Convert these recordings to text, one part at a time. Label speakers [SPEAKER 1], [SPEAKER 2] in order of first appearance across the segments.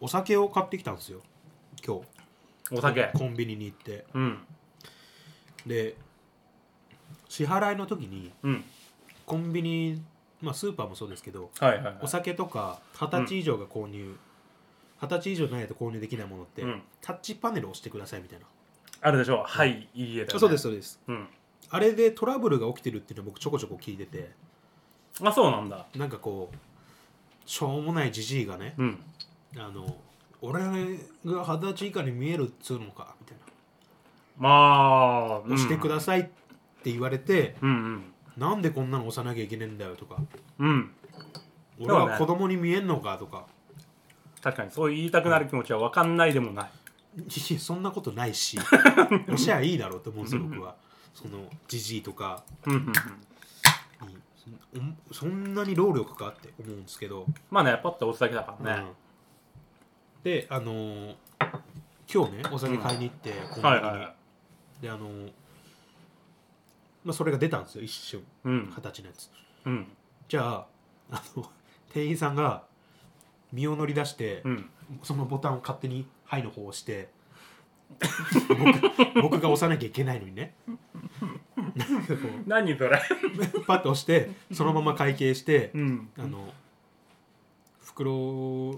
[SPEAKER 1] お酒を買ってきたんですよ今
[SPEAKER 2] お酒
[SPEAKER 1] 日コンビニに行って
[SPEAKER 2] うん
[SPEAKER 1] で支払いの時に
[SPEAKER 2] うん
[SPEAKER 1] コンビニ、まあ、スーパーもそうですけど
[SPEAKER 2] はいはい、はい、
[SPEAKER 1] お酒とか二十歳以上が購入二十、歳以上じゃないと購入できないものって、
[SPEAKER 2] うん
[SPEAKER 1] タッチパネルを押してくださいみたいな、
[SPEAKER 2] あるでしょうはいいいえだよね、
[SPEAKER 1] そうですそうです
[SPEAKER 2] うん
[SPEAKER 1] あれでトラブルが起きてるっていうのを僕ちょこちょこ聞いてて
[SPEAKER 2] あそうなんだ
[SPEAKER 1] なんかこうしょうもないじじいがね、
[SPEAKER 2] うん
[SPEAKER 1] あの俺が二十歳以下に見えるっつうのかみたいな
[SPEAKER 2] まあ、うん、
[SPEAKER 1] 押してくださいって言われて、
[SPEAKER 2] うん
[SPEAKER 1] なんでこんなの押さなきゃいけねえんだよとか
[SPEAKER 2] うんうん
[SPEAKER 1] 俺は子供に見えんのかとか、
[SPEAKER 2] 確かにそう言いたくなる気持ちは分かんないでもない
[SPEAKER 1] いやそんなことない し押しゃいいだろうと思うんですよ僕はそのじじいとか
[SPEAKER 2] うんうんうん
[SPEAKER 1] にそんそんなに労力かって思うんですけど、
[SPEAKER 2] まあねパッと押すだけだから
[SPEAKER 1] う
[SPEAKER 2] ね
[SPEAKER 1] んであのー今日ねお酒買いに行って、コンビニに
[SPEAKER 2] はいはいはい
[SPEAKER 1] であのーまあ、それが出たんですよ一瞬
[SPEAKER 2] うん
[SPEAKER 1] 二十歳のやつ
[SPEAKER 2] うん
[SPEAKER 1] じゃああの店員さんが身を乗り出して、
[SPEAKER 2] うん
[SPEAKER 1] そのボタンを勝手に「はい」の方を押して僕 僕が押さなきゃいけないのにねなんかこ
[SPEAKER 2] 何それ
[SPEAKER 1] うパッと押してそのまま会計して
[SPEAKER 2] うん
[SPEAKER 1] 「あの袋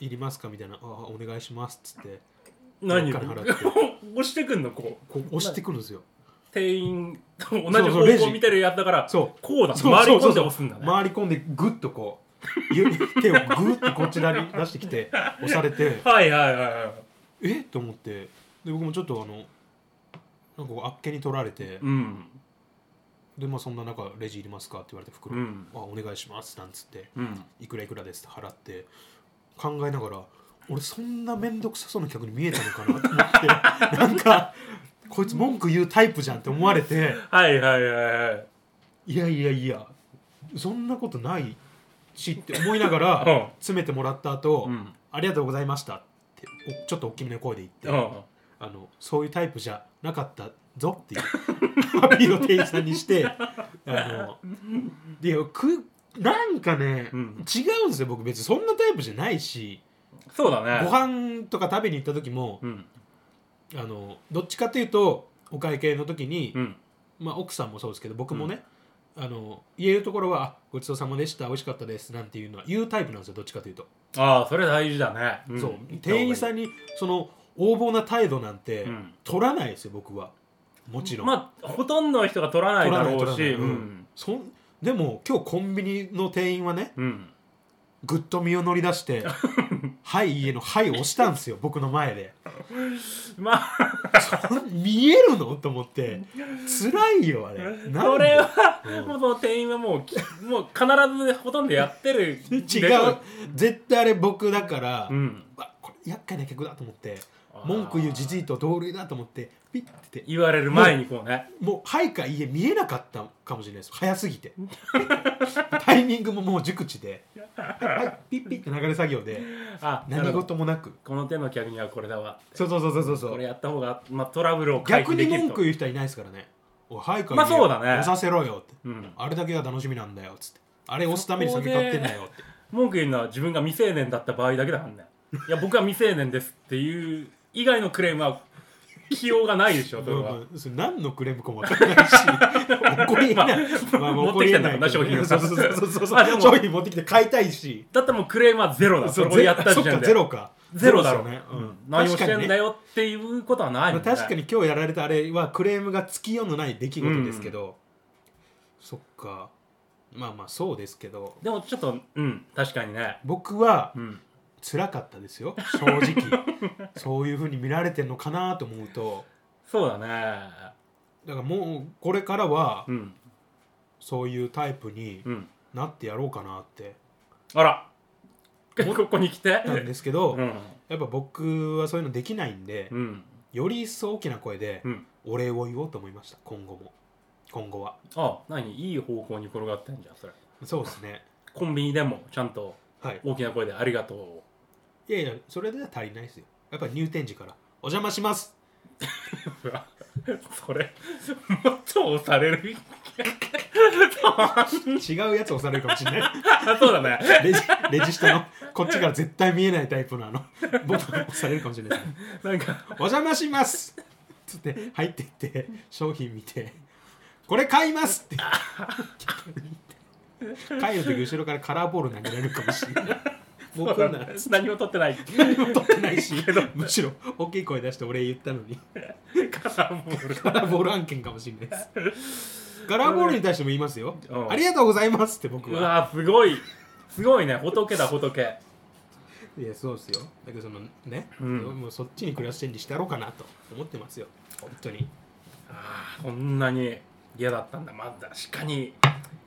[SPEAKER 1] いりますか?」みたいな「あお願いします」っつって
[SPEAKER 2] 何
[SPEAKER 1] どっかに払って
[SPEAKER 2] 押してくんのこう
[SPEAKER 1] こう押してくるんですよ
[SPEAKER 2] 店員と同
[SPEAKER 1] そう
[SPEAKER 2] じ方
[SPEAKER 1] レジ
[SPEAKER 2] 向見てるやつだから
[SPEAKER 1] そう
[SPEAKER 2] こうだ
[SPEAKER 1] そう
[SPEAKER 2] 回り
[SPEAKER 1] そう
[SPEAKER 2] 込
[SPEAKER 1] ん
[SPEAKER 2] で
[SPEAKER 1] そう
[SPEAKER 2] 押すんだね
[SPEAKER 1] 回り込んでグッとこう指手をグッとこちらに出してきて押されて
[SPEAKER 2] はいはいはいはい
[SPEAKER 1] えと思ってで僕もちょっとあのなんかこうあっけに取られて、
[SPEAKER 2] うん
[SPEAKER 1] でまあそんな中レジいりますかって言われて袋、
[SPEAKER 2] うん
[SPEAKER 1] あお願いしますなんつって
[SPEAKER 2] うん
[SPEAKER 1] いくらいくらですって払って考えながら俺そんな面倒くさそうな客に見えたのかなと思って なんかこいつ文句言うタイプじゃんって思われて
[SPEAKER 2] はいはいはいはい
[SPEAKER 1] いやいやいやそんなことないしって思いなが
[SPEAKER 2] う
[SPEAKER 1] ら
[SPEAKER 2] ん
[SPEAKER 1] 詰めてもらった後、
[SPEAKER 2] うん
[SPEAKER 1] ありがとうございました」っておちょっと大きめの声で言って。
[SPEAKER 2] うん
[SPEAKER 1] あのそういうタイプじゃなかったぞっていうアピールを店員さんにしてあのでくなんかね、
[SPEAKER 2] うん
[SPEAKER 1] 違うんですよ僕別にそんなタイプじゃないし
[SPEAKER 2] そうだね
[SPEAKER 1] ご飯とか食べに行った時も
[SPEAKER 2] うん
[SPEAKER 1] あのどっちかというとお会計の時に、
[SPEAKER 2] うん
[SPEAKER 1] まあ、奥さんもそうですけど僕もね、あの言えるところはあ「ごちそうさまでした美味しかったです」なんていうのは言うタイプなんですよどっちかというと、
[SPEAKER 2] ああそれ大事だねん
[SPEAKER 1] そう店員さんにその横暴な態度なんて
[SPEAKER 2] うん
[SPEAKER 1] 取らないですよ僕はもちろん。
[SPEAKER 2] まあほとんどの人が取らないだろ
[SPEAKER 1] 取
[SPEAKER 2] うし
[SPEAKER 1] らない取らない
[SPEAKER 2] うん
[SPEAKER 1] そんでも今日コンビニの店員はね
[SPEAKER 2] うん
[SPEAKER 1] ぐっと身を乗り出 して「はいいいえ」の「はい」を押したんですよ僕の前で
[SPEAKER 2] まあ
[SPEAKER 1] そん見えるのと思って辛いよあれなんで
[SPEAKER 2] それは
[SPEAKER 1] うん
[SPEAKER 2] もうその店員はもうきもう必ずほとんどやってる
[SPEAKER 1] 違う絶対あれ僕だから、
[SPEAKER 2] うん
[SPEAKER 1] うわこれ厄介な客だと思って文句言うじじいと同類だと思ってピッて
[SPEAKER 2] 言われる前にこうね
[SPEAKER 1] もう「はい」か「いいえ」見えなかったかもしれないです早すぎ てタイミングももう熟知で「はいはいピッピッ」って流れ作業で
[SPEAKER 2] あなる
[SPEAKER 1] 何
[SPEAKER 2] ほど
[SPEAKER 1] 事もなく
[SPEAKER 2] この手の客にはこれだわ
[SPEAKER 1] そうそうそうそうそうそう
[SPEAKER 2] これやった方がまあトラブルを回
[SPEAKER 1] 逆
[SPEAKER 2] 避
[SPEAKER 1] に
[SPEAKER 2] できる
[SPEAKER 1] 文
[SPEAKER 2] と
[SPEAKER 1] 句言う人はいないですからね。おいはいか
[SPEAKER 2] まあそうだね
[SPEAKER 1] 押させろよって、
[SPEAKER 2] うん
[SPEAKER 1] あれだけが楽しみなんだよっつって。あれ押すために酒買ってんだよって。
[SPEAKER 2] 文句言うのは自分が未成年だった場合だけだからねいや僕は未成年ですっていう以外のクレームは起用がないでしょそれは
[SPEAKER 1] うんうんそれ何のクレームかも分かん ないし、怒りえない。まあ
[SPEAKER 2] 持ってきたんだろうな
[SPEAKER 1] 怒りえいけど
[SPEAKER 2] 商
[SPEAKER 1] そ
[SPEAKER 2] 品
[SPEAKER 1] う
[SPEAKER 2] を
[SPEAKER 1] そうそうそう
[SPEAKER 2] まあでも
[SPEAKER 1] 商品持ってきて買いたいし。
[SPEAKER 2] だったらもうクレームはゼロだそれをやった
[SPEAKER 1] そ
[SPEAKER 2] 時
[SPEAKER 1] っ
[SPEAKER 2] 点
[SPEAKER 1] か
[SPEAKER 2] で
[SPEAKER 1] ゼロか。
[SPEAKER 2] ゼロだろ
[SPEAKER 1] ゼですよね。うん
[SPEAKER 2] 何をし
[SPEAKER 1] 確
[SPEAKER 2] て
[SPEAKER 1] かに
[SPEAKER 2] ん
[SPEAKER 1] ね
[SPEAKER 2] だよっていうことはない
[SPEAKER 1] ま
[SPEAKER 2] も
[SPEAKER 1] あ
[SPEAKER 2] んね
[SPEAKER 1] 確かに今日やられたあれはクレームがつきようのない出来事ですけど、そっか。まあまあそうですけど、
[SPEAKER 2] でもちょっとうん確かにね
[SPEAKER 1] 僕は
[SPEAKER 2] うん
[SPEAKER 1] 辛かったですよ正直そういうふうに見られてんのかなと思うと
[SPEAKER 2] そうだね
[SPEAKER 1] だからもうこれからは
[SPEAKER 2] うん
[SPEAKER 1] そういうタイプに
[SPEAKER 2] うん
[SPEAKER 1] なってやろうかなって
[SPEAKER 2] あらここに来て
[SPEAKER 1] なんですけど、
[SPEAKER 2] うん
[SPEAKER 1] やっぱ僕はそういうのできないんで、
[SPEAKER 2] うん
[SPEAKER 1] より一層大きな声で
[SPEAKER 2] うん
[SPEAKER 1] お礼を言おうと思いました今後も今後は
[SPEAKER 2] あ何いい方向に転がってんじゃんそれ
[SPEAKER 1] そうですね
[SPEAKER 2] コンビニでもちゃんと
[SPEAKER 1] はい
[SPEAKER 2] 大きな声で「ありがとう」を
[SPEAKER 1] いやいやそれでは足りないですよやっぱ入店時から「お邪魔します
[SPEAKER 2] うわそれもっと押される
[SPEAKER 1] 違うやつ押されるかもしれない
[SPEAKER 2] あそうだね
[SPEAKER 1] レジレジ下のこっちから絶対見えないタイプのあのボタン押されるかもしれないですね
[SPEAKER 2] なんか
[SPEAKER 1] お邪魔しますつって入ってって商品見てこれ買いますって帰る時後ろからカラーボール投げられるかもしれない僕なら
[SPEAKER 2] 何も取ってない
[SPEAKER 1] 何も取ってないしむしろ大きい声出して俺言ったのに
[SPEAKER 2] カラーボール
[SPEAKER 1] カラーボール案件かもしれないですカラーボールに対しても言いますよ
[SPEAKER 2] うん
[SPEAKER 1] ありがとうございますって僕
[SPEAKER 2] う
[SPEAKER 1] は
[SPEAKER 2] わーすごいすごいね仏だ仏
[SPEAKER 1] いやそうですよだけどそのね、
[SPEAKER 2] うん
[SPEAKER 1] もうそっちに暮らしチェンジしてやろうかなと思ってますよ本当に
[SPEAKER 2] あーこんなに嫌だったんだまあ確かに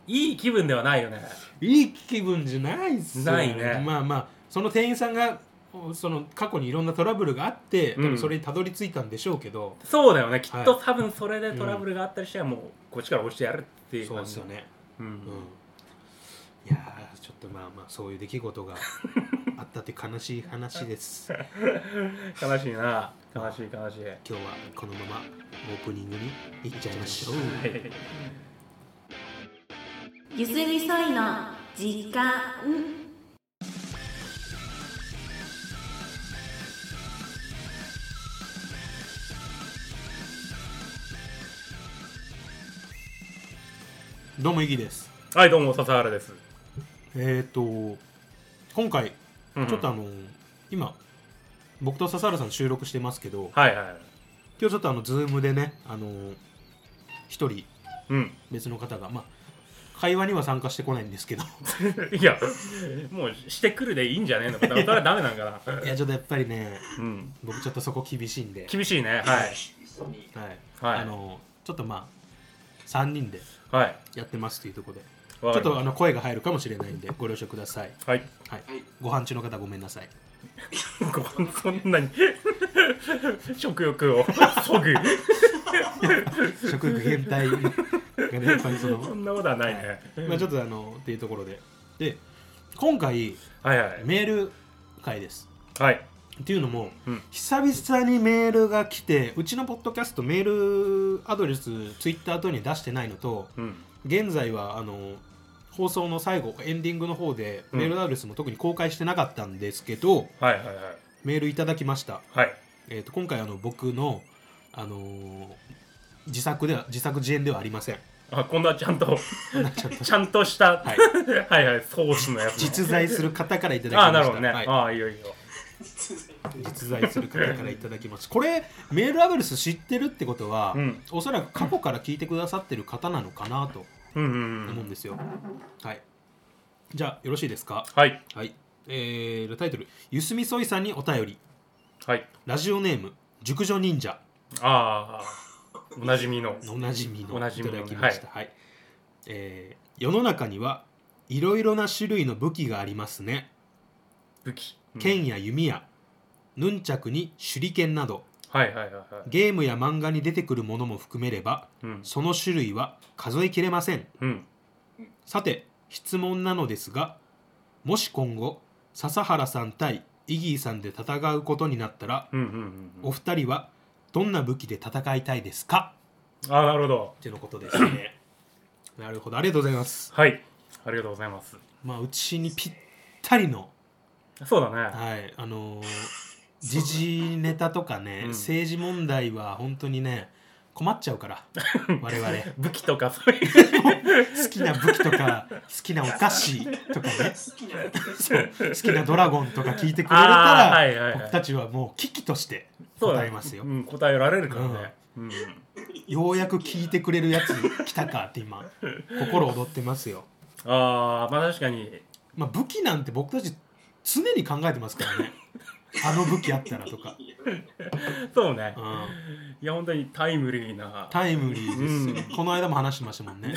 [SPEAKER 2] いい気分ではないよね
[SPEAKER 1] いい気分じゃないっすよ
[SPEAKER 2] ないね
[SPEAKER 1] まあまあその店員さんがおその過去にいろんなトラブルがあって、
[SPEAKER 2] うん
[SPEAKER 1] 多分それにたどり着いたんでしょうけど、
[SPEAKER 2] そうだよねきっと
[SPEAKER 1] は
[SPEAKER 2] 多分それでトラブルがあったりしたらもうこっちから押してやるっていう
[SPEAKER 1] そう
[SPEAKER 2] 感
[SPEAKER 1] です
[SPEAKER 2] じ
[SPEAKER 1] よね、
[SPEAKER 2] う
[SPEAKER 1] うん
[SPEAKER 2] ん
[SPEAKER 1] いやーちょっとまあまあそういう出来事があったって悲しい話 です
[SPEAKER 2] 悲しいな悲しい悲し
[SPEAKER 1] 今
[SPEAKER 2] い
[SPEAKER 1] 日はこのままオープニングに行っちゃいましょう
[SPEAKER 3] ゆすりそいの時間
[SPEAKER 1] どうもイギです
[SPEAKER 2] はいどうも笹原です、
[SPEAKER 1] えっ、ー、と今回
[SPEAKER 2] うん
[SPEAKER 1] ちょっとあの今僕と笹原さん収録してますけど
[SPEAKER 2] はいはい
[SPEAKER 1] 今日ちょっとあのズームでねあの一人
[SPEAKER 2] うん
[SPEAKER 1] 別の方がまあ会話には参加してこないんです けど
[SPEAKER 2] いやもうしてくるでいいんじゃね えのかなそれはダメなんかない
[SPEAKER 1] やちょっとやっぱりね
[SPEAKER 2] うん
[SPEAKER 1] 僕ちょっとそこ厳しいんで、
[SPEAKER 2] 厳しいねはい
[SPEAKER 1] はい
[SPEAKER 2] はい
[SPEAKER 1] あのちょっとまあ3人で
[SPEAKER 2] はい
[SPEAKER 1] やってますというところでち
[SPEAKER 2] ちょ
[SPEAKER 1] ょっとあの声が入るかもしれないんでご了承ください、
[SPEAKER 2] はい
[SPEAKER 1] はい、ご飯中の方ごめんなさい
[SPEAKER 2] ご飯そんなに 食欲を そぐ
[SPEAKER 1] 食欲減退がねやっぱりそ
[SPEAKER 2] そ
[SPEAKER 1] の
[SPEAKER 2] んなことはないね
[SPEAKER 1] まあちょっとあのっていうところでで今回
[SPEAKER 2] はいはい
[SPEAKER 1] メール会です
[SPEAKER 2] はい
[SPEAKER 1] っていうのも、
[SPEAKER 2] うん
[SPEAKER 1] 久々にメールが来てうちのポッドキャストメールアドレスツイッター等に出してないのと
[SPEAKER 2] うん
[SPEAKER 1] 現在はあの放送の最後エンディングの方で
[SPEAKER 2] うん
[SPEAKER 1] メールアドレスも特に公開してなかったんですけど、
[SPEAKER 2] はいはいはい
[SPEAKER 1] メールいただきました、
[SPEAKER 2] はい
[SPEAKER 1] えー、と今回あの僕の、あのー自作では自作自演ではありません
[SPEAKER 2] あ今度はちゃんと
[SPEAKER 1] なっちゃった
[SPEAKER 2] ちゃんとした、
[SPEAKER 1] はい
[SPEAKER 2] はいはい、ソースのやつ。
[SPEAKER 1] 実在する方からいただきました
[SPEAKER 2] ああ、なるほどね。
[SPEAKER 1] はい
[SPEAKER 2] ああ、いいよいいよ。
[SPEAKER 1] 実在する方からいただきますこれメールアドレス知ってるってことは、
[SPEAKER 2] うん
[SPEAKER 1] おそらく過去から聞いてくださってる方なのかなと
[SPEAKER 2] うんうんう
[SPEAKER 1] 思うん
[SPEAKER 2] ん。
[SPEAKER 1] ですよ、はいじゃあよろしいですか
[SPEAKER 2] はい。
[SPEAKER 1] はいえー、タイトル「ゆすみそいさんにお便り
[SPEAKER 2] はい。」
[SPEAKER 1] ラジオネーム熟女忍者
[SPEAKER 2] ああ、おなじみの。
[SPEAKER 1] おなじみの
[SPEAKER 2] おなじみ
[SPEAKER 1] い
[SPEAKER 2] の
[SPEAKER 1] た
[SPEAKER 2] ね
[SPEAKER 1] だきました、はいえー世の中にはいろいろな種類の武器がありますね
[SPEAKER 2] 武器。うん
[SPEAKER 1] 剣や弓やヌンチャクに手裏剣など
[SPEAKER 2] はいはいはいはい。
[SPEAKER 1] ゲームや漫画に出てくるものも含めれば
[SPEAKER 2] うん。
[SPEAKER 1] その種類は数えきれません
[SPEAKER 2] うん。
[SPEAKER 1] さて質問なのですがもし今後笹原さん対イギーさんで戦うことになったら
[SPEAKER 2] うんうんうん。
[SPEAKER 1] お二人はどんな武器で戦いたいですか
[SPEAKER 2] ああ、なるほど。
[SPEAKER 1] っていうのことです ねなるほどありがとうございます
[SPEAKER 2] はい。ありがとうございます。
[SPEAKER 1] まあうちにぴったりの
[SPEAKER 2] そうだね。
[SPEAKER 1] はいあ のー時事ネタとかね、
[SPEAKER 2] うん
[SPEAKER 1] 政治問題は本当にね困っちゃうから 我々
[SPEAKER 2] 武器とかそういう。
[SPEAKER 1] 好きな武器とか好きなお菓子とかね そう好きなドラゴンとか聞いてくれるから、
[SPEAKER 2] ああ、はいはいは
[SPEAKER 1] 僕
[SPEAKER 2] い。
[SPEAKER 1] たちはもう危機として
[SPEAKER 2] そうだ
[SPEAKER 1] 答
[SPEAKER 2] ね
[SPEAKER 1] えますよ、
[SPEAKER 2] うん、答えられるからね。うん。
[SPEAKER 1] ようやく聞いてくれるやつ来たかって 今心躍ってますよ、
[SPEAKER 2] ああ、まあ確かに。
[SPEAKER 1] まあ、武器なんて僕たち常に考えてますからねあの武器あったらと か、
[SPEAKER 2] そうね
[SPEAKER 1] う。ん、
[SPEAKER 2] いや、本当にタイムリーな。
[SPEAKER 1] タイムリーですよ、この間も話してましたも んね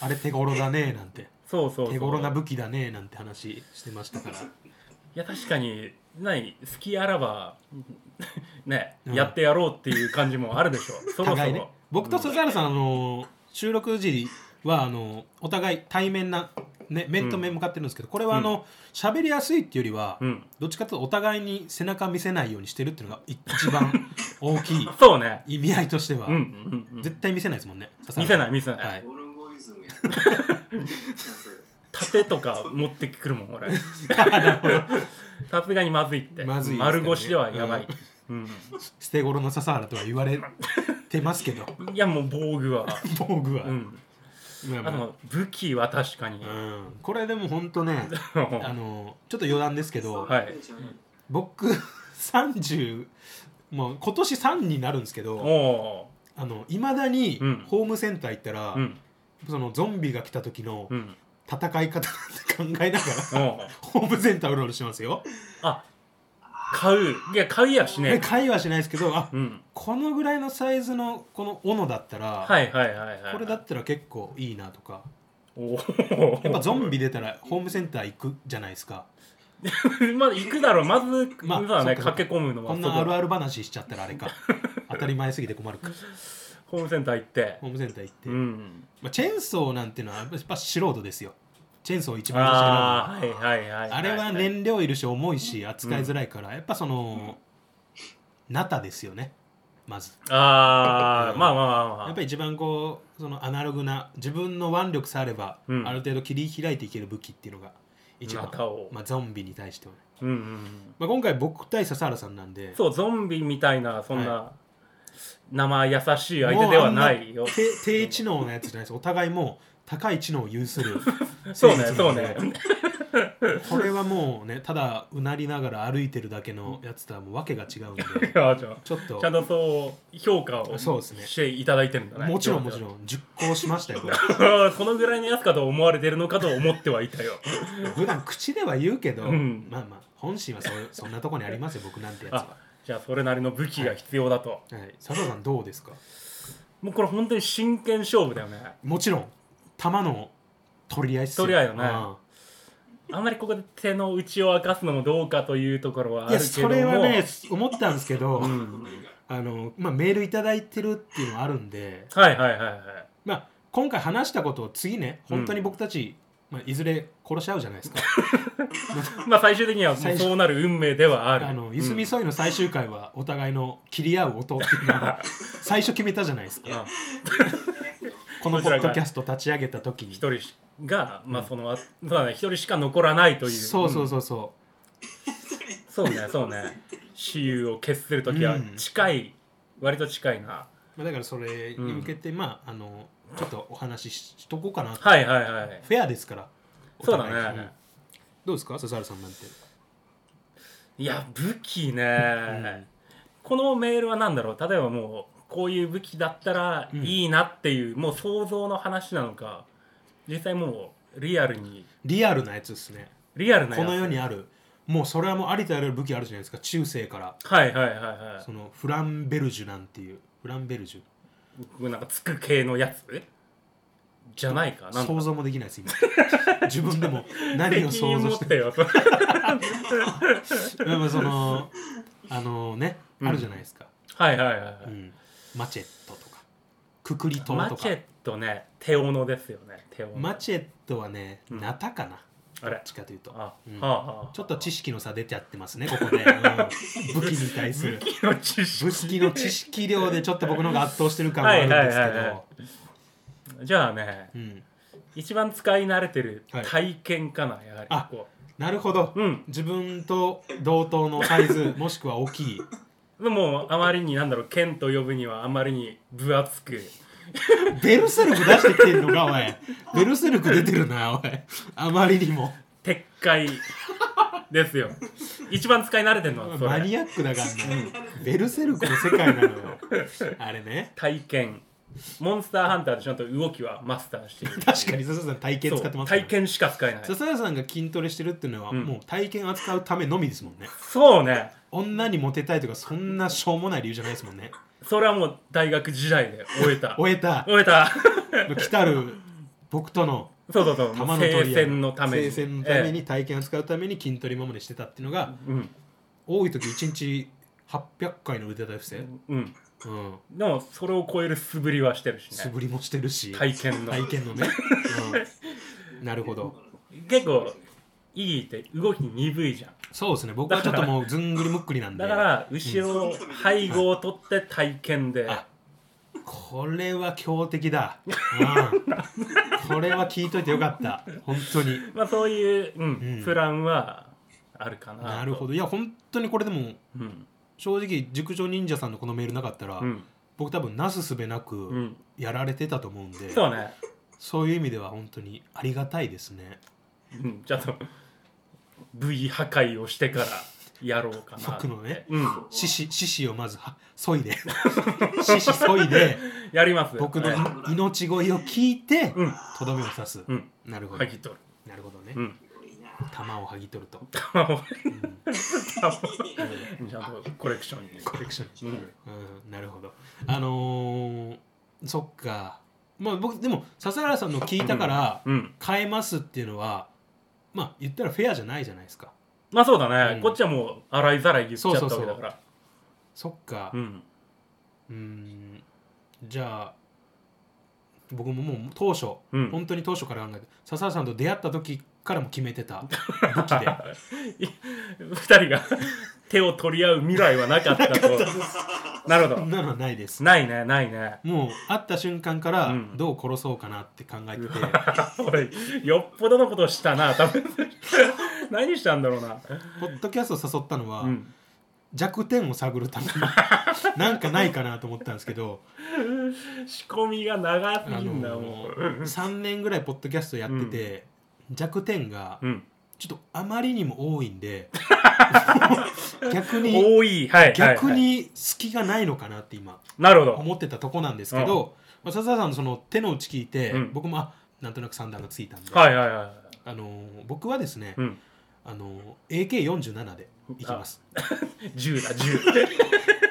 [SPEAKER 1] あれ手頃だねなんて
[SPEAKER 2] そうそうそう。
[SPEAKER 1] 手頃な武器だねなんて話してましたから
[SPEAKER 2] いや確かに何好きあらば ね、
[SPEAKER 1] うん
[SPEAKER 2] やってやろうっていう感じもあるでしょそもそも、
[SPEAKER 1] 互いね僕と笹原さん、あの収録時はあのお互い対面な、ね、面と面向かってるんですけど、これはあの喋、りやすいっていうよりは、
[SPEAKER 2] うん
[SPEAKER 1] どっちかというとお互いに背中見せないようにしてるっていうのが 一番大きい
[SPEAKER 2] そうね
[SPEAKER 1] 意味合いとしては、
[SPEAKER 2] うんうんうん
[SPEAKER 1] 絶対見せないですもんね
[SPEAKER 2] 見せ
[SPEAKER 1] い
[SPEAKER 2] ない見せない、
[SPEAKER 1] はい、
[SPEAKER 2] 盾とか持ってくるもん俺さすがにまずいって
[SPEAKER 1] まずいですけどね
[SPEAKER 2] 丸腰ではやばい、うん
[SPEAKER 1] 捨て頃の笹原とは言われてますけど
[SPEAKER 2] いやもう防具 は、
[SPEAKER 1] 防具は、
[SPEAKER 2] うん、
[SPEAKER 1] まあ
[SPEAKER 2] あ
[SPEAKER 1] まあ
[SPEAKER 2] の武器は確かに、
[SPEAKER 1] うんこれでも本当ねあのちょっと余談ですけど
[SPEAKER 2] はい
[SPEAKER 1] 僕30もう今年3になるんですけ
[SPEAKER 2] お
[SPEAKER 1] ど
[SPEAKER 2] お
[SPEAKER 1] いまだに
[SPEAKER 2] うん
[SPEAKER 1] ホームセンター行ったら、
[SPEAKER 2] ーうん
[SPEAKER 1] そのゾンビが来た時の
[SPEAKER 2] うん
[SPEAKER 1] 戦い方なんて考えながら
[SPEAKER 2] おー
[SPEAKER 1] ホームセンターうろうろしてますよ。
[SPEAKER 2] あ買ういや買いやし
[SPEAKER 1] え
[SPEAKER 2] ね
[SPEAKER 1] 会話しないですけどあ
[SPEAKER 2] うん
[SPEAKER 1] このぐらいのサイズのこの斧だったら、
[SPEAKER 2] はいはいはいはい
[SPEAKER 1] これだったら結構いいなとかや
[SPEAKER 2] お
[SPEAKER 1] っぱ
[SPEAKER 2] お
[SPEAKER 1] ゾンビ出たらホームセンター行くじゃないですか
[SPEAKER 2] まだ行くだろうまず
[SPEAKER 1] まあ
[SPEAKER 2] まだね
[SPEAKER 1] そっかそっか
[SPEAKER 2] 駆け込むのは
[SPEAKER 1] こん
[SPEAKER 2] そ
[SPEAKER 1] なあ
[SPEAKER 2] こ
[SPEAKER 1] るある話しちゃったらあ れか当たり前すぎて困るか
[SPEAKER 2] ホームセンター行って
[SPEAKER 1] ホームセンター行って、
[SPEAKER 2] うん
[SPEAKER 1] まあ、チェーンソーなんてのはやっぱ素人ですよチェーンソー一番最初に選ぶのは
[SPEAKER 2] ああーはいはいはいい
[SPEAKER 1] あれは燃料いるし重いし扱いづらいから、やっぱその、ナタですよねまず
[SPEAKER 2] あ
[SPEAKER 1] う
[SPEAKER 2] あ
[SPEAKER 1] ん
[SPEAKER 2] まあまあまあまあ
[SPEAKER 1] やっぱり一番こうそのアナログな自分の腕力さえあれば、
[SPEAKER 2] うん
[SPEAKER 1] ある程度切り開いていける武器っていうのが一番
[SPEAKER 2] ナタを
[SPEAKER 1] まあ、ゾンビに対してはね、
[SPEAKER 2] うんうんうん
[SPEAKER 1] まあ、今回僕対笹原さんなんで
[SPEAKER 2] そうゾンビみたいなそん
[SPEAKER 1] は
[SPEAKER 2] な生優しい相手ではないよ
[SPEAKER 1] もうあん低低知能のやつじゃないですお互いもう高い知能を有する
[SPEAKER 2] そう ね
[SPEAKER 1] 生
[SPEAKER 2] そ
[SPEAKER 1] 物
[SPEAKER 2] う
[SPEAKER 1] なん
[SPEAKER 2] ね
[SPEAKER 1] でこれはもうねただうなりながら歩いてるだけのやつとはもう訳が違うんで
[SPEAKER 2] いやちょ
[SPEAKER 1] ちょっと
[SPEAKER 2] ちゃんとそう評価を
[SPEAKER 1] そうですね
[SPEAKER 2] していただいてるんだね
[SPEAKER 1] もちろんもち
[SPEAKER 2] ん
[SPEAKER 1] ろん熟考しましたよこれ
[SPEAKER 2] このぐらいのやつかと思われてるのかと思ってはいたよ
[SPEAKER 1] 普段口では言うけど、
[SPEAKER 2] うん
[SPEAKER 1] まあまあ本心はそそんなとこにありますよ僕なんてやつは
[SPEAKER 2] あじゃあそれなりの武器が必要だと、
[SPEAKER 1] はい、佐藤さんどうですか
[SPEAKER 2] もうこれ本当に真剣勝負だよね
[SPEAKER 1] もちろん球の取り合いっすよ
[SPEAKER 2] 取り合いよね
[SPEAKER 1] うん
[SPEAKER 2] あんまりここで手の内を明かすのもどうかというところはあ
[SPEAKER 1] い
[SPEAKER 2] る
[SPEAKER 1] や
[SPEAKER 2] けど
[SPEAKER 1] そ
[SPEAKER 2] も
[SPEAKER 1] れはね思ったんですけど、
[SPEAKER 2] うん、
[SPEAKER 1] あのまあ、メールいただいてるっていうのはあるんで、
[SPEAKER 2] はいはいはいはい
[SPEAKER 1] まあ、今回話したことを次ね本当に僕たち、まあ、いずれ殺し合うじゃないですか
[SPEAKER 2] まあ最終的にはもうそうなる運命ではある
[SPEAKER 1] あのゆすみ
[SPEAKER 2] さ
[SPEAKER 1] そいの最終回はお互いの切り合う音っていうの が最初決めたじゃないですかこのポッドキャスト立ち上げた時に
[SPEAKER 2] 一人しが、まあそのあそうだね一人しか残らないという
[SPEAKER 1] そうそうんそうそ
[SPEAKER 2] そうねそうね雌雄を決する時は
[SPEAKER 1] うん
[SPEAKER 2] 近い、割と近い
[SPEAKER 1] う、
[SPEAKER 2] な
[SPEAKER 1] まあ、だからそれに向けて、まああのちょっとお話ししとこうかなと
[SPEAKER 2] はいはいはい
[SPEAKER 1] フェアですからお
[SPEAKER 2] そう
[SPEAKER 1] 互い
[SPEAKER 2] だ
[SPEAKER 1] に
[SPEAKER 2] ね
[SPEAKER 1] んどうですか笹原さんなんて
[SPEAKER 2] いや武器ね、このメールは何だろう例えばもうこういう武器だったら
[SPEAKER 1] うん
[SPEAKER 2] いいなっていう、もう想像の話なのか実際もうリアルに
[SPEAKER 1] リアルなやつですね
[SPEAKER 2] リアルなやつ
[SPEAKER 1] この世にあるもうそれはもうありとあらゆる武器あるじゃないですか中世から
[SPEAKER 2] はいはいはいはい
[SPEAKER 1] そのフランベルジュなんていうフランベルジュ
[SPEAKER 2] 僕なんかつく系のやつじゃないかなん
[SPEAKER 1] 想像もできないです今 自分で も何を
[SPEAKER 2] 責
[SPEAKER 1] 想
[SPEAKER 2] 任
[SPEAKER 1] 像
[SPEAKER 2] 持っ
[SPEAKER 1] して
[SPEAKER 2] てよ
[SPEAKER 1] でもそのあのね、
[SPEAKER 2] うん
[SPEAKER 1] あるじゃないですか、
[SPEAKER 2] はいはいはいは
[SPEAKER 1] う
[SPEAKER 2] い、
[SPEAKER 1] ん、マチェットとかくくり刀
[SPEAKER 2] マ
[SPEAKER 1] と
[SPEAKER 2] チ
[SPEAKER 1] か
[SPEAKER 2] ェットね手斧ですよね手斧
[SPEAKER 1] マチェットはね
[SPEAKER 2] うん
[SPEAKER 1] ナタかな、
[SPEAKER 2] あ
[SPEAKER 1] ど
[SPEAKER 2] れ
[SPEAKER 1] っちかというと
[SPEAKER 2] あ、
[SPEAKER 1] うん
[SPEAKER 2] はあはあ
[SPEAKER 1] ちょっと知識の差出ちゃってますねここ で、うん武器に対する
[SPEAKER 2] 武器の知識
[SPEAKER 1] 武器の知識量でちょっと僕の方が圧倒してる感はあるんです
[SPEAKER 2] はいはいはいは
[SPEAKER 1] け
[SPEAKER 2] じゃあね
[SPEAKER 1] どうん
[SPEAKER 2] 一番使い慣れてる
[SPEAKER 1] はい
[SPEAKER 2] 体験かな、やはり
[SPEAKER 1] あ
[SPEAKER 2] こ
[SPEAKER 1] なるほど
[SPEAKER 2] ううん
[SPEAKER 1] 自分と同等のサイズもしくは大きい
[SPEAKER 2] でもあまりになんだろう剣と呼ぶにはあまりに分厚く
[SPEAKER 1] ベルセルク出してきてるのかおいベルセルク出てるなおいあまりにも
[SPEAKER 2] 撤回で すよ一番使い慣れてるのはそ
[SPEAKER 1] マ
[SPEAKER 2] れ
[SPEAKER 1] ニアックだからねベルセルクの世界なのよあれね
[SPEAKER 2] 体験モンスターハンターでちゃんと動きはマスターしている
[SPEAKER 1] 確かに笹田さん体験使ってますか
[SPEAKER 2] そう
[SPEAKER 1] ら
[SPEAKER 2] 体験しか使えない
[SPEAKER 1] 笹田さんが筋トレしてるっていうのは、
[SPEAKER 2] うん
[SPEAKER 1] もう体験扱うためのみですもんね
[SPEAKER 2] そうね
[SPEAKER 1] 女にモテたいとかそんなしょうもない理由じゃないですもんね
[SPEAKER 2] それはもう大学時代で終えた
[SPEAKER 1] 終えた
[SPEAKER 2] 終えた
[SPEAKER 1] 来たる僕との
[SPEAKER 2] そうそうそう
[SPEAKER 1] 球の取り合い
[SPEAKER 2] 聖戦のために
[SPEAKER 1] 聖戦のため
[SPEAKER 2] え
[SPEAKER 1] に体験を使うために筋トレ今までしてたっていうのが、
[SPEAKER 2] えうん
[SPEAKER 1] 多い時1日800回の腕立て伏せ、うん
[SPEAKER 2] うんでもそれを超える素振りはしてるし
[SPEAKER 1] 素
[SPEAKER 2] ね
[SPEAKER 1] 振りもしてるし
[SPEAKER 2] 体験の
[SPEAKER 1] 体験のね、うんなるほど
[SPEAKER 2] 結構いいって動き鈍いじゃん
[SPEAKER 1] そうですね僕はちょっともうずんぐりむっくりなんで
[SPEAKER 2] だから後ろ背後を取って体験で
[SPEAKER 1] あこれは強敵だ、うんこれは聞いといてよかった本当に
[SPEAKER 2] まあそういう、う
[SPEAKER 1] うんん、
[SPEAKER 2] プランはあるかなと
[SPEAKER 1] なるほどいや本当にこれでも
[SPEAKER 2] うん
[SPEAKER 1] 正直熟女忍者さんのこのメールなかったら、
[SPEAKER 2] うん
[SPEAKER 1] 僕多分なすすべな
[SPEAKER 2] う
[SPEAKER 1] く
[SPEAKER 2] ん
[SPEAKER 1] やられてたと思うんで、
[SPEAKER 2] そうね、
[SPEAKER 1] そういう意味では本当にありがたいですね
[SPEAKER 2] うん、ちょっと V 破壊をしてからやろうかな
[SPEAKER 1] 僕のね
[SPEAKER 2] うん
[SPEAKER 1] 獅子獅子をまずは削い で獅子削いで
[SPEAKER 2] やります
[SPEAKER 1] 僕の
[SPEAKER 2] はい
[SPEAKER 1] い命乞いを聞いて
[SPEAKER 2] うん
[SPEAKER 1] とどめを刺す、
[SPEAKER 2] うん
[SPEAKER 1] なるほど、
[SPEAKER 2] 剥ぎ取る
[SPEAKER 1] なるほどね、
[SPEAKER 2] うん
[SPEAKER 1] 玉を剥ぎ取ると、
[SPEAKER 2] 卵
[SPEAKER 1] うん
[SPEAKER 2] ちゃんと コレクションに
[SPEAKER 1] コレクション、
[SPEAKER 2] うん
[SPEAKER 1] うん、なるほどあのー、そっかまあ僕でも笹原さんの聞いたから
[SPEAKER 2] うん
[SPEAKER 1] 変えますっていうのはまあ言ったらフェアじゃないじゃないですか
[SPEAKER 2] まあそうだね、
[SPEAKER 1] うん
[SPEAKER 2] こっちはもう洗いざらい言っちゃったわけだから
[SPEAKER 1] そうそうそっか
[SPEAKER 2] う、ん
[SPEAKER 1] うーんじゃあ僕ももう当初、
[SPEAKER 2] うん
[SPEAKER 1] 本当に当初から考えて笹原さんと出会った時からも決めてた武器 で
[SPEAKER 2] い二人が 手を取り合う未来はなかった となるほ
[SPEAKER 1] そ
[SPEAKER 2] ど
[SPEAKER 1] んなのはないです
[SPEAKER 2] ないねないね
[SPEAKER 1] もう会った瞬間から
[SPEAKER 2] うん
[SPEAKER 1] どう殺そうかなって考えてて、
[SPEAKER 2] 俺よっぽどのことしたな多分 何したんだろうな、
[SPEAKER 1] ポッドキャストを誘ったのは、
[SPEAKER 2] うん、
[SPEAKER 1] 弱点を探るために なんかないかなと思ったんですけど、
[SPEAKER 2] 仕込みが長
[SPEAKER 1] あ
[SPEAKER 2] すぎんだ、も
[SPEAKER 1] の
[SPEAKER 2] う
[SPEAKER 1] ー、3年ぐらいポッドキャストやってて、弱点が
[SPEAKER 2] うん、
[SPEAKER 1] ちょっとあまりにも多いん で逆に
[SPEAKER 2] 多い、はい、
[SPEAKER 1] 逆
[SPEAKER 2] はいはい
[SPEAKER 1] に隙がないのかなって今
[SPEAKER 2] なるほど、
[SPEAKER 1] 思ってたとこなんですけど、まあ、笹田さんのその手の内聞いて、
[SPEAKER 2] うん
[SPEAKER 1] 僕もあなんとなく三段がついたんで、
[SPEAKER 2] はいはいはい、
[SPEAKER 1] あのー僕はですね、
[SPEAKER 2] うん、
[SPEAKER 1] あのー AK47 でいきます
[SPEAKER 2] 銃だ銃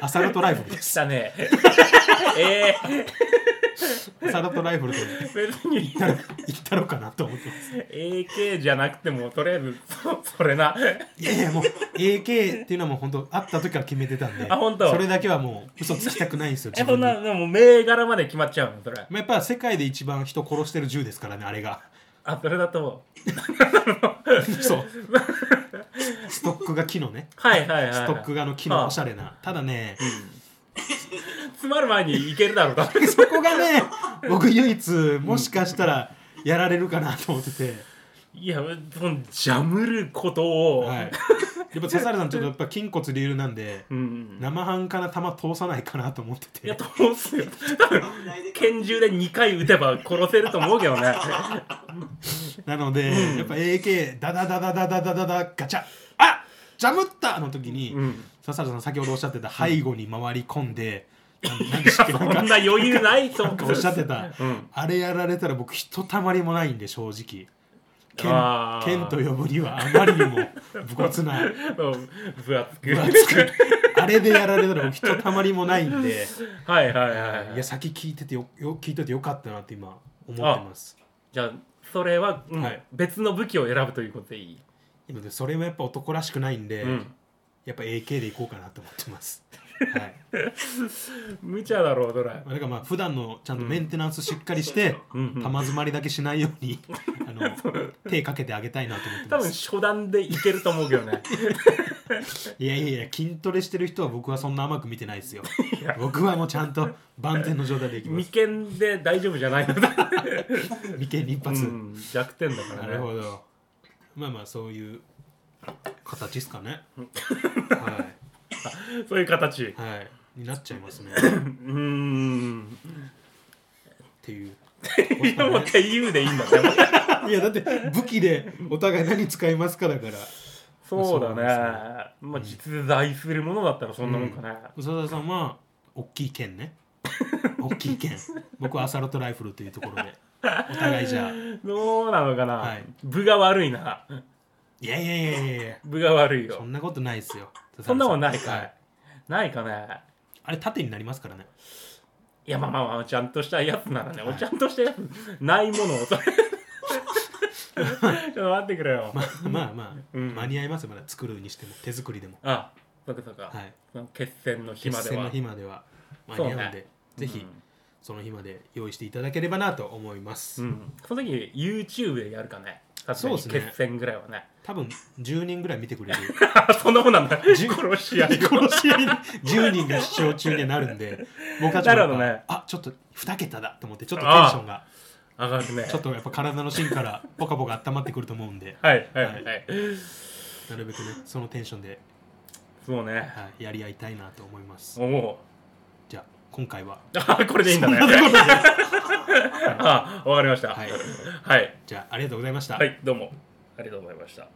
[SPEAKER 1] アサルトライフルです
[SPEAKER 2] したね ええ
[SPEAKER 1] アサルトライフルで
[SPEAKER 2] 別に
[SPEAKER 1] いったろうかなと思ってます
[SPEAKER 2] AK じゃなくてもとりあえずそそれない
[SPEAKER 1] やいやもう AK っていうのはもう本当会った時から決めてたんで
[SPEAKER 2] あ本当
[SPEAKER 1] それだけはもう嘘つきたくないんですよ
[SPEAKER 2] え
[SPEAKER 1] 自
[SPEAKER 2] そ
[SPEAKER 1] 分
[SPEAKER 2] ん
[SPEAKER 1] に
[SPEAKER 2] なでも銘柄まで決まっちゃうのそれ
[SPEAKER 1] まあ、やっぱ世界で一番人殺してる銃ですからねあれ が
[SPEAKER 2] あそれだと
[SPEAKER 1] そうストックが木のね
[SPEAKER 2] はいはいはい、はい、
[SPEAKER 1] ストックがあの木のおしゃれなただね
[SPEAKER 2] 詰まる前にいけるだろうだ
[SPEAKER 1] そこがね僕唯一もしかしたらやられるかなと思ってて、
[SPEAKER 2] いやそのジャムることを、
[SPEAKER 1] はい、やっぱ笹原さんちょっとやっぱ筋骨隆々なんで
[SPEAKER 2] うん
[SPEAKER 1] 生半可な球通さないかなと思って
[SPEAKER 2] いや
[SPEAKER 1] て
[SPEAKER 2] と思うっすよ 多分拳銃で2回撃てば殺せると思うけ どね
[SPEAKER 1] なので、やっぱ AK ダダダダダダダダダガチャあジャムったの時に、
[SPEAKER 2] うん
[SPEAKER 1] 笹原さん先ほどおっしゃってた背後に回り込んで、なん、何でしたっけ
[SPEAKER 2] そ
[SPEAKER 1] なんん
[SPEAKER 2] な
[SPEAKER 1] か
[SPEAKER 2] 余裕ないと
[SPEAKER 1] なんかおっしゃってた、
[SPEAKER 2] うん
[SPEAKER 1] あれやられたら僕ひとたまりもないんで正直
[SPEAKER 2] あー
[SPEAKER 1] 剣剣と呼ぶにはあまりにも武骨な
[SPEAKER 2] うん分厚く
[SPEAKER 1] 分厚くあれでやられたら僕ひとたまりもないんで
[SPEAKER 2] はいはいはい,、
[SPEAKER 1] いや先聞いててよよ聞いといてよかったなって今思ってます
[SPEAKER 2] じゃあそれは、うん
[SPEAKER 1] はい
[SPEAKER 2] 別の武器を選ぶということでいい、
[SPEAKER 1] でもねそれはやっぱ男らしくないんで、
[SPEAKER 2] うん
[SPEAKER 1] やっぱ AK でいこうかなと思ってます、 はい、
[SPEAKER 2] 無茶だろうドライ
[SPEAKER 1] まあだからまあ普段のちゃんとメンテナンスしっかりして、
[SPEAKER 2] うんうん
[SPEAKER 1] 玉詰まりだけしないよう にあの手かけてあげたいなと思ってま
[SPEAKER 2] 多分
[SPEAKER 1] す
[SPEAKER 2] 初段でいけると思うけど ね
[SPEAKER 1] いやいやいや筋トレしてる人は僕はそんな甘く見てないですよ僕はもうちゃんと万全の状態でいきま
[SPEAKER 2] 眉
[SPEAKER 1] す
[SPEAKER 2] 間で大丈夫じゃないのだ、
[SPEAKER 1] 眉間に一
[SPEAKER 2] う
[SPEAKER 1] 発、
[SPEAKER 2] ん、弱点だからね
[SPEAKER 1] なるほどまあまあそういう形ですかねは
[SPEAKER 2] そういう形
[SPEAKER 1] いはいになっちゃいますね
[SPEAKER 2] う
[SPEAKER 1] っ
[SPEAKER 2] ーん
[SPEAKER 1] ていう
[SPEAKER 2] いやもうって言うでいいんだね
[SPEAKER 1] いやだって武器でお互い何使いますかだから
[SPEAKER 2] そうだね
[SPEAKER 1] そう
[SPEAKER 2] まあ実在するものだったらそんなもんかね、
[SPEAKER 1] 長田さんは大きい剣ね大きい剣僕はアサルトライフルというところでお互いじゃあ
[SPEAKER 2] どうなのかな、
[SPEAKER 1] はい
[SPEAKER 2] 部が悪いない
[SPEAKER 1] やいやいやいやいや
[SPEAKER 2] 部が悪いよ
[SPEAKER 1] そんなことないですよ
[SPEAKER 2] そんなもんないか、
[SPEAKER 1] はい
[SPEAKER 2] ないかね
[SPEAKER 1] あれ縦になりますからね
[SPEAKER 2] いやまあまあまあちゃんとしたやつならね、
[SPEAKER 1] はい
[SPEAKER 2] おちゃんとしたやつないも のをそれちょっと待ってくれよ、
[SPEAKER 1] まあまあまあ、
[SPEAKER 2] うん
[SPEAKER 1] 間に合いますよまだ作るにしても手作りでも
[SPEAKER 2] あそっかそっか、
[SPEAKER 1] はい
[SPEAKER 2] その決戦の日ま
[SPEAKER 1] 決
[SPEAKER 2] で
[SPEAKER 1] 戦
[SPEAKER 2] は
[SPEAKER 1] の日までは間に合うんで
[SPEAKER 2] そうね
[SPEAKER 1] ぜひ
[SPEAKER 2] うん
[SPEAKER 1] その日まで用意していただければなと思います、
[SPEAKER 2] うんその時 YouTube でやるかねさすが
[SPEAKER 1] そうで
[SPEAKER 2] に
[SPEAKER 1] すね
[SPEAKER 2] 決戦ぐらいはね
[SPEAKER 1] 多分10人ぐらい見てくれる
[SPEAKER 2] あそんなもんなんだ殺
[SPEAKER 1] じ
[SPEAKER 2] し合い
[SPEAKER 1] この試合に10人が視 聴中にはなるんで僕はちょっと
[SPEAKER 2] な
[SPEAKER 1] や
[SPEAKER 2] る
[SPEAKER 1] っぱ
[SPEAKER 2] ほどね
[SPEAKER 1] あちょっと2桁だと思ってちょっとテンションが
[SPEAKER 2] あ上がるね
[SPEAKER 1] ちょっとやっぱ体の芯からポカポカ温まってくると思うん で
[SPEAKER 2] はいはいはい、はい、
[SPEAKER 1] なるべくねそのテンションで、
[SPEAKER 2] そうね
[SPEAKER 1] はい、やり合いたいなと思います
[SPEAKER 2] おお
[SPEAKER 1] じゃあ今回は
[SPEAKER 2] あこれでいいんだねあわかりました
[SPEAKER 1] はい
[SPEAKER 2] はい、
[SPEAKER 1] じゃあありがとうございました、
[SPEAKER 2] はい、どうもありがとうございました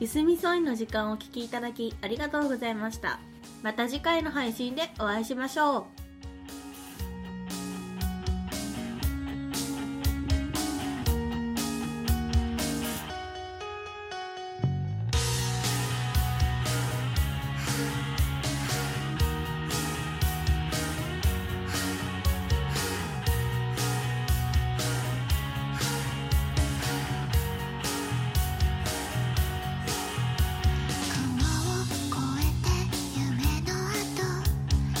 [SPEAKER 3] ゆすみそいの時間をお聞きいただきありがとうございましたまた次回の配信でお会いしましょう
[SPEAKER 4] 「雲を越えて夢の跡」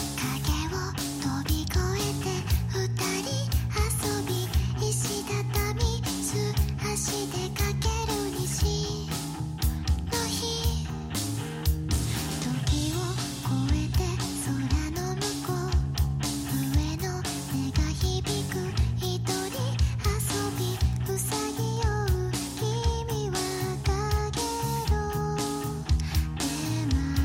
[SPEAKER 4] 「影を飛び越えて二人遊び」「石畳素足でかける西の日」「時を越えて空の向こう」「上の音が響く一人遊び」「うさぎよう君は影の」「手間の間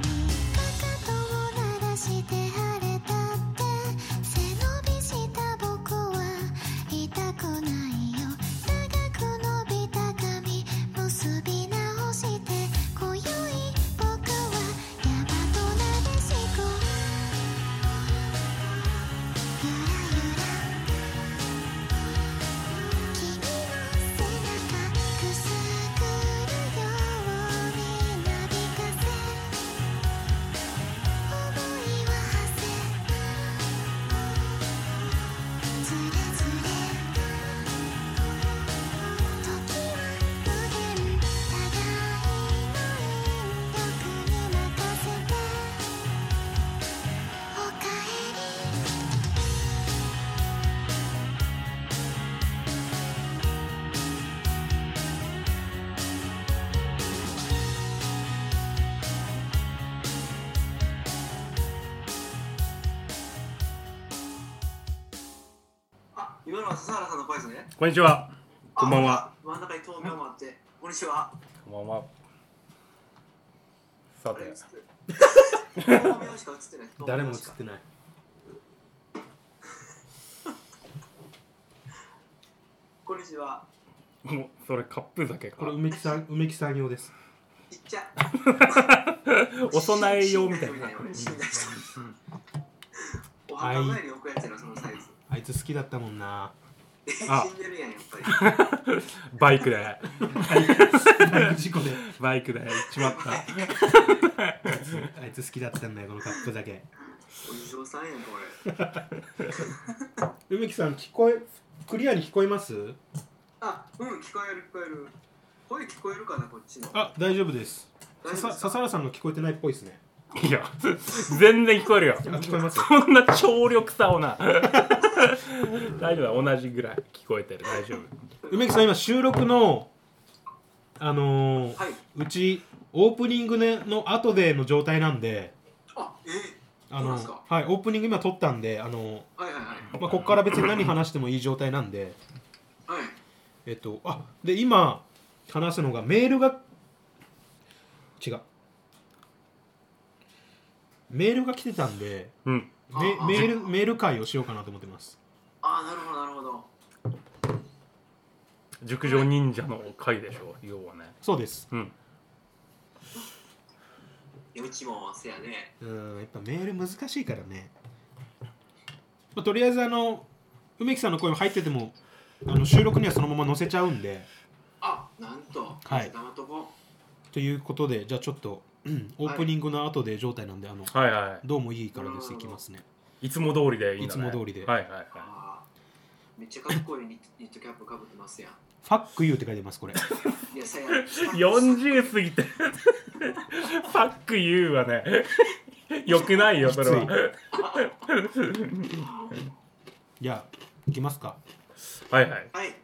[SPEAKER 4] に」「かかとを鳴らして晴れたって」「背伸びした僕は痛くないよ」「長く伸びた髪結び直して」「今宵僕は山となでしく」「ゆらゆら」「君の背中くすぐるようになびかせ」「想いは馳せ」「ずれずれ」「時は無限」「互いの引力に任せて」「おかえり」
[SPEAKER 5] あ、今のは笹原さんの声ですね。
[SPEAKER 2] こんにちは
[SPEAKER 5] あ
[SPEAKER 2] こんばんは。
[SPEAKER 5] 真ん中に豆苗もあって、こんにちは。
[SPEAKER 2] こんばんはさ
[SPEAKER 5] あれ
[SPEAKER 2] て
[SPEAKER 5] 映ってる豆苗しか映ってない。
[SPEAKER 1] 誰も映
[SPEAKER 5] 映
[SPEAKER 1] っ。てない
[SPEAKER 5] こんにちは。
[SPEAKER 2] もうそれカップ酒か
[SPEAKER 1] これ梅木さん梅木さん用です
[SPEAKER 5] いっちゃ。
[SPEAKER 2] お供え用みたいな
[SPEAKER 5] 俺死んだ人お墓参りに置くやつやろ、そのサイズ。
[SPEAKER 1] あいつ好きだったもん な
[SPEAKER 2] あ
[SPEAKER 5] 死んでるやん、やっぱり。
[SPEAKER 2] バイクで
[SPEAKER 1] バイク事故で
[SPEAKER 2] バイクで行っちまった
[SPEAKER 1] あいつ好きだったんだよこのカップ酒
[SPEAKER 5] お地蔵さんやん、これ。
[SPEAKER 1] 梅木さん聞こえクリアに聞こえます
[SPEAKER 5] あ、うん、聞こえる、聞こえる。声聞こえるかな、こっちの。
[SPEAKER 1] あ大丈夫です
[SPEAKER 5] 大丈夫
[SPEAKER 1] さ
[SPEAKER 5] ですか
[SPEAKER 1] 笹原さんが聞こえてないっぽいですね
[SPEAKER 2] いや全然聞こえるよ
[SPEAKER 1] あ聞こえます
[SPEAKER 2] そんな聴力差をな大丈夫だ同じぐらい聞こえてる大丈夫
[SPEAKER 1] 梅木さん今収録のあのー
[SPEAKER 5] はい。
[SPEAKER 1] うちオープニング、ね、の後での状態なんで
[SPEAKER 5] あ、え
[SPEAKER 1] あ
[SPEAKER 5] そう
[SPEAKER 1] の
[SPEAKER 5] ですか
[SPEAKER 1] はい、オープニング今撮ったんであの、
[SPEAKER 5] ー、はいはいは
[SPEAKER 1] まあ、ここから別に何話してもいい状態なんで
[SPEAKER 5] い。はい。
[SPEAKER 1] えっとあで今話すのがメールが違うメールが来てたんで
[SPEAKER 2] うん
[SPEAKER 1] メ
[SPEAKER 5] ああ
[SPEAKER 1] メールメール会をしようかなと思ってます
[SPEAKER 5] あ、なるほど、なるほど。
[SPEAKER 2] 熟女忍者の回でしょ要はね
[SPEAKER 1] そうです
[SPEAKER 2] うん
[SPEAKER 5] うちもせやね。
[SPEAKER 1] うんやっぱメール難しいからね、まあ、とりあえずあの梅木さんの声も入っててもあの収録にはそのまま載せちゃうんで
[SPEAKER 5] あ、なんと。
[SPEAKER 1] はい
[SPEAKER 5] 黙っとこう。
[SPEAKER 1] ということでじゃあちょっと、うん、オープニングの後で状態なんであの、
[SPEAKER 2] はいは
[SPEAKER 1] どうもいいからですいきますね
[SPEAKER 2] いいつも通りでいいんだ、ね、
[SPEAKER 1] いつも通りで
[SPEAKER 2] はいはいはい
[SPEAKER 5] あーめっちゃかっこいいニニットキャップかぶってますやん。
[SPEAKER 1] 「ファックユー」って書いてますこれ
[SPEAKER 5] いや、さや。
[SPEAKER 2] 40過ぎて ファック言うはねよくないよそれは
[SPEAKER 1] きじゃあいきますか
[SPEAKER 2] はいはい
[SPEAKER 5] はい。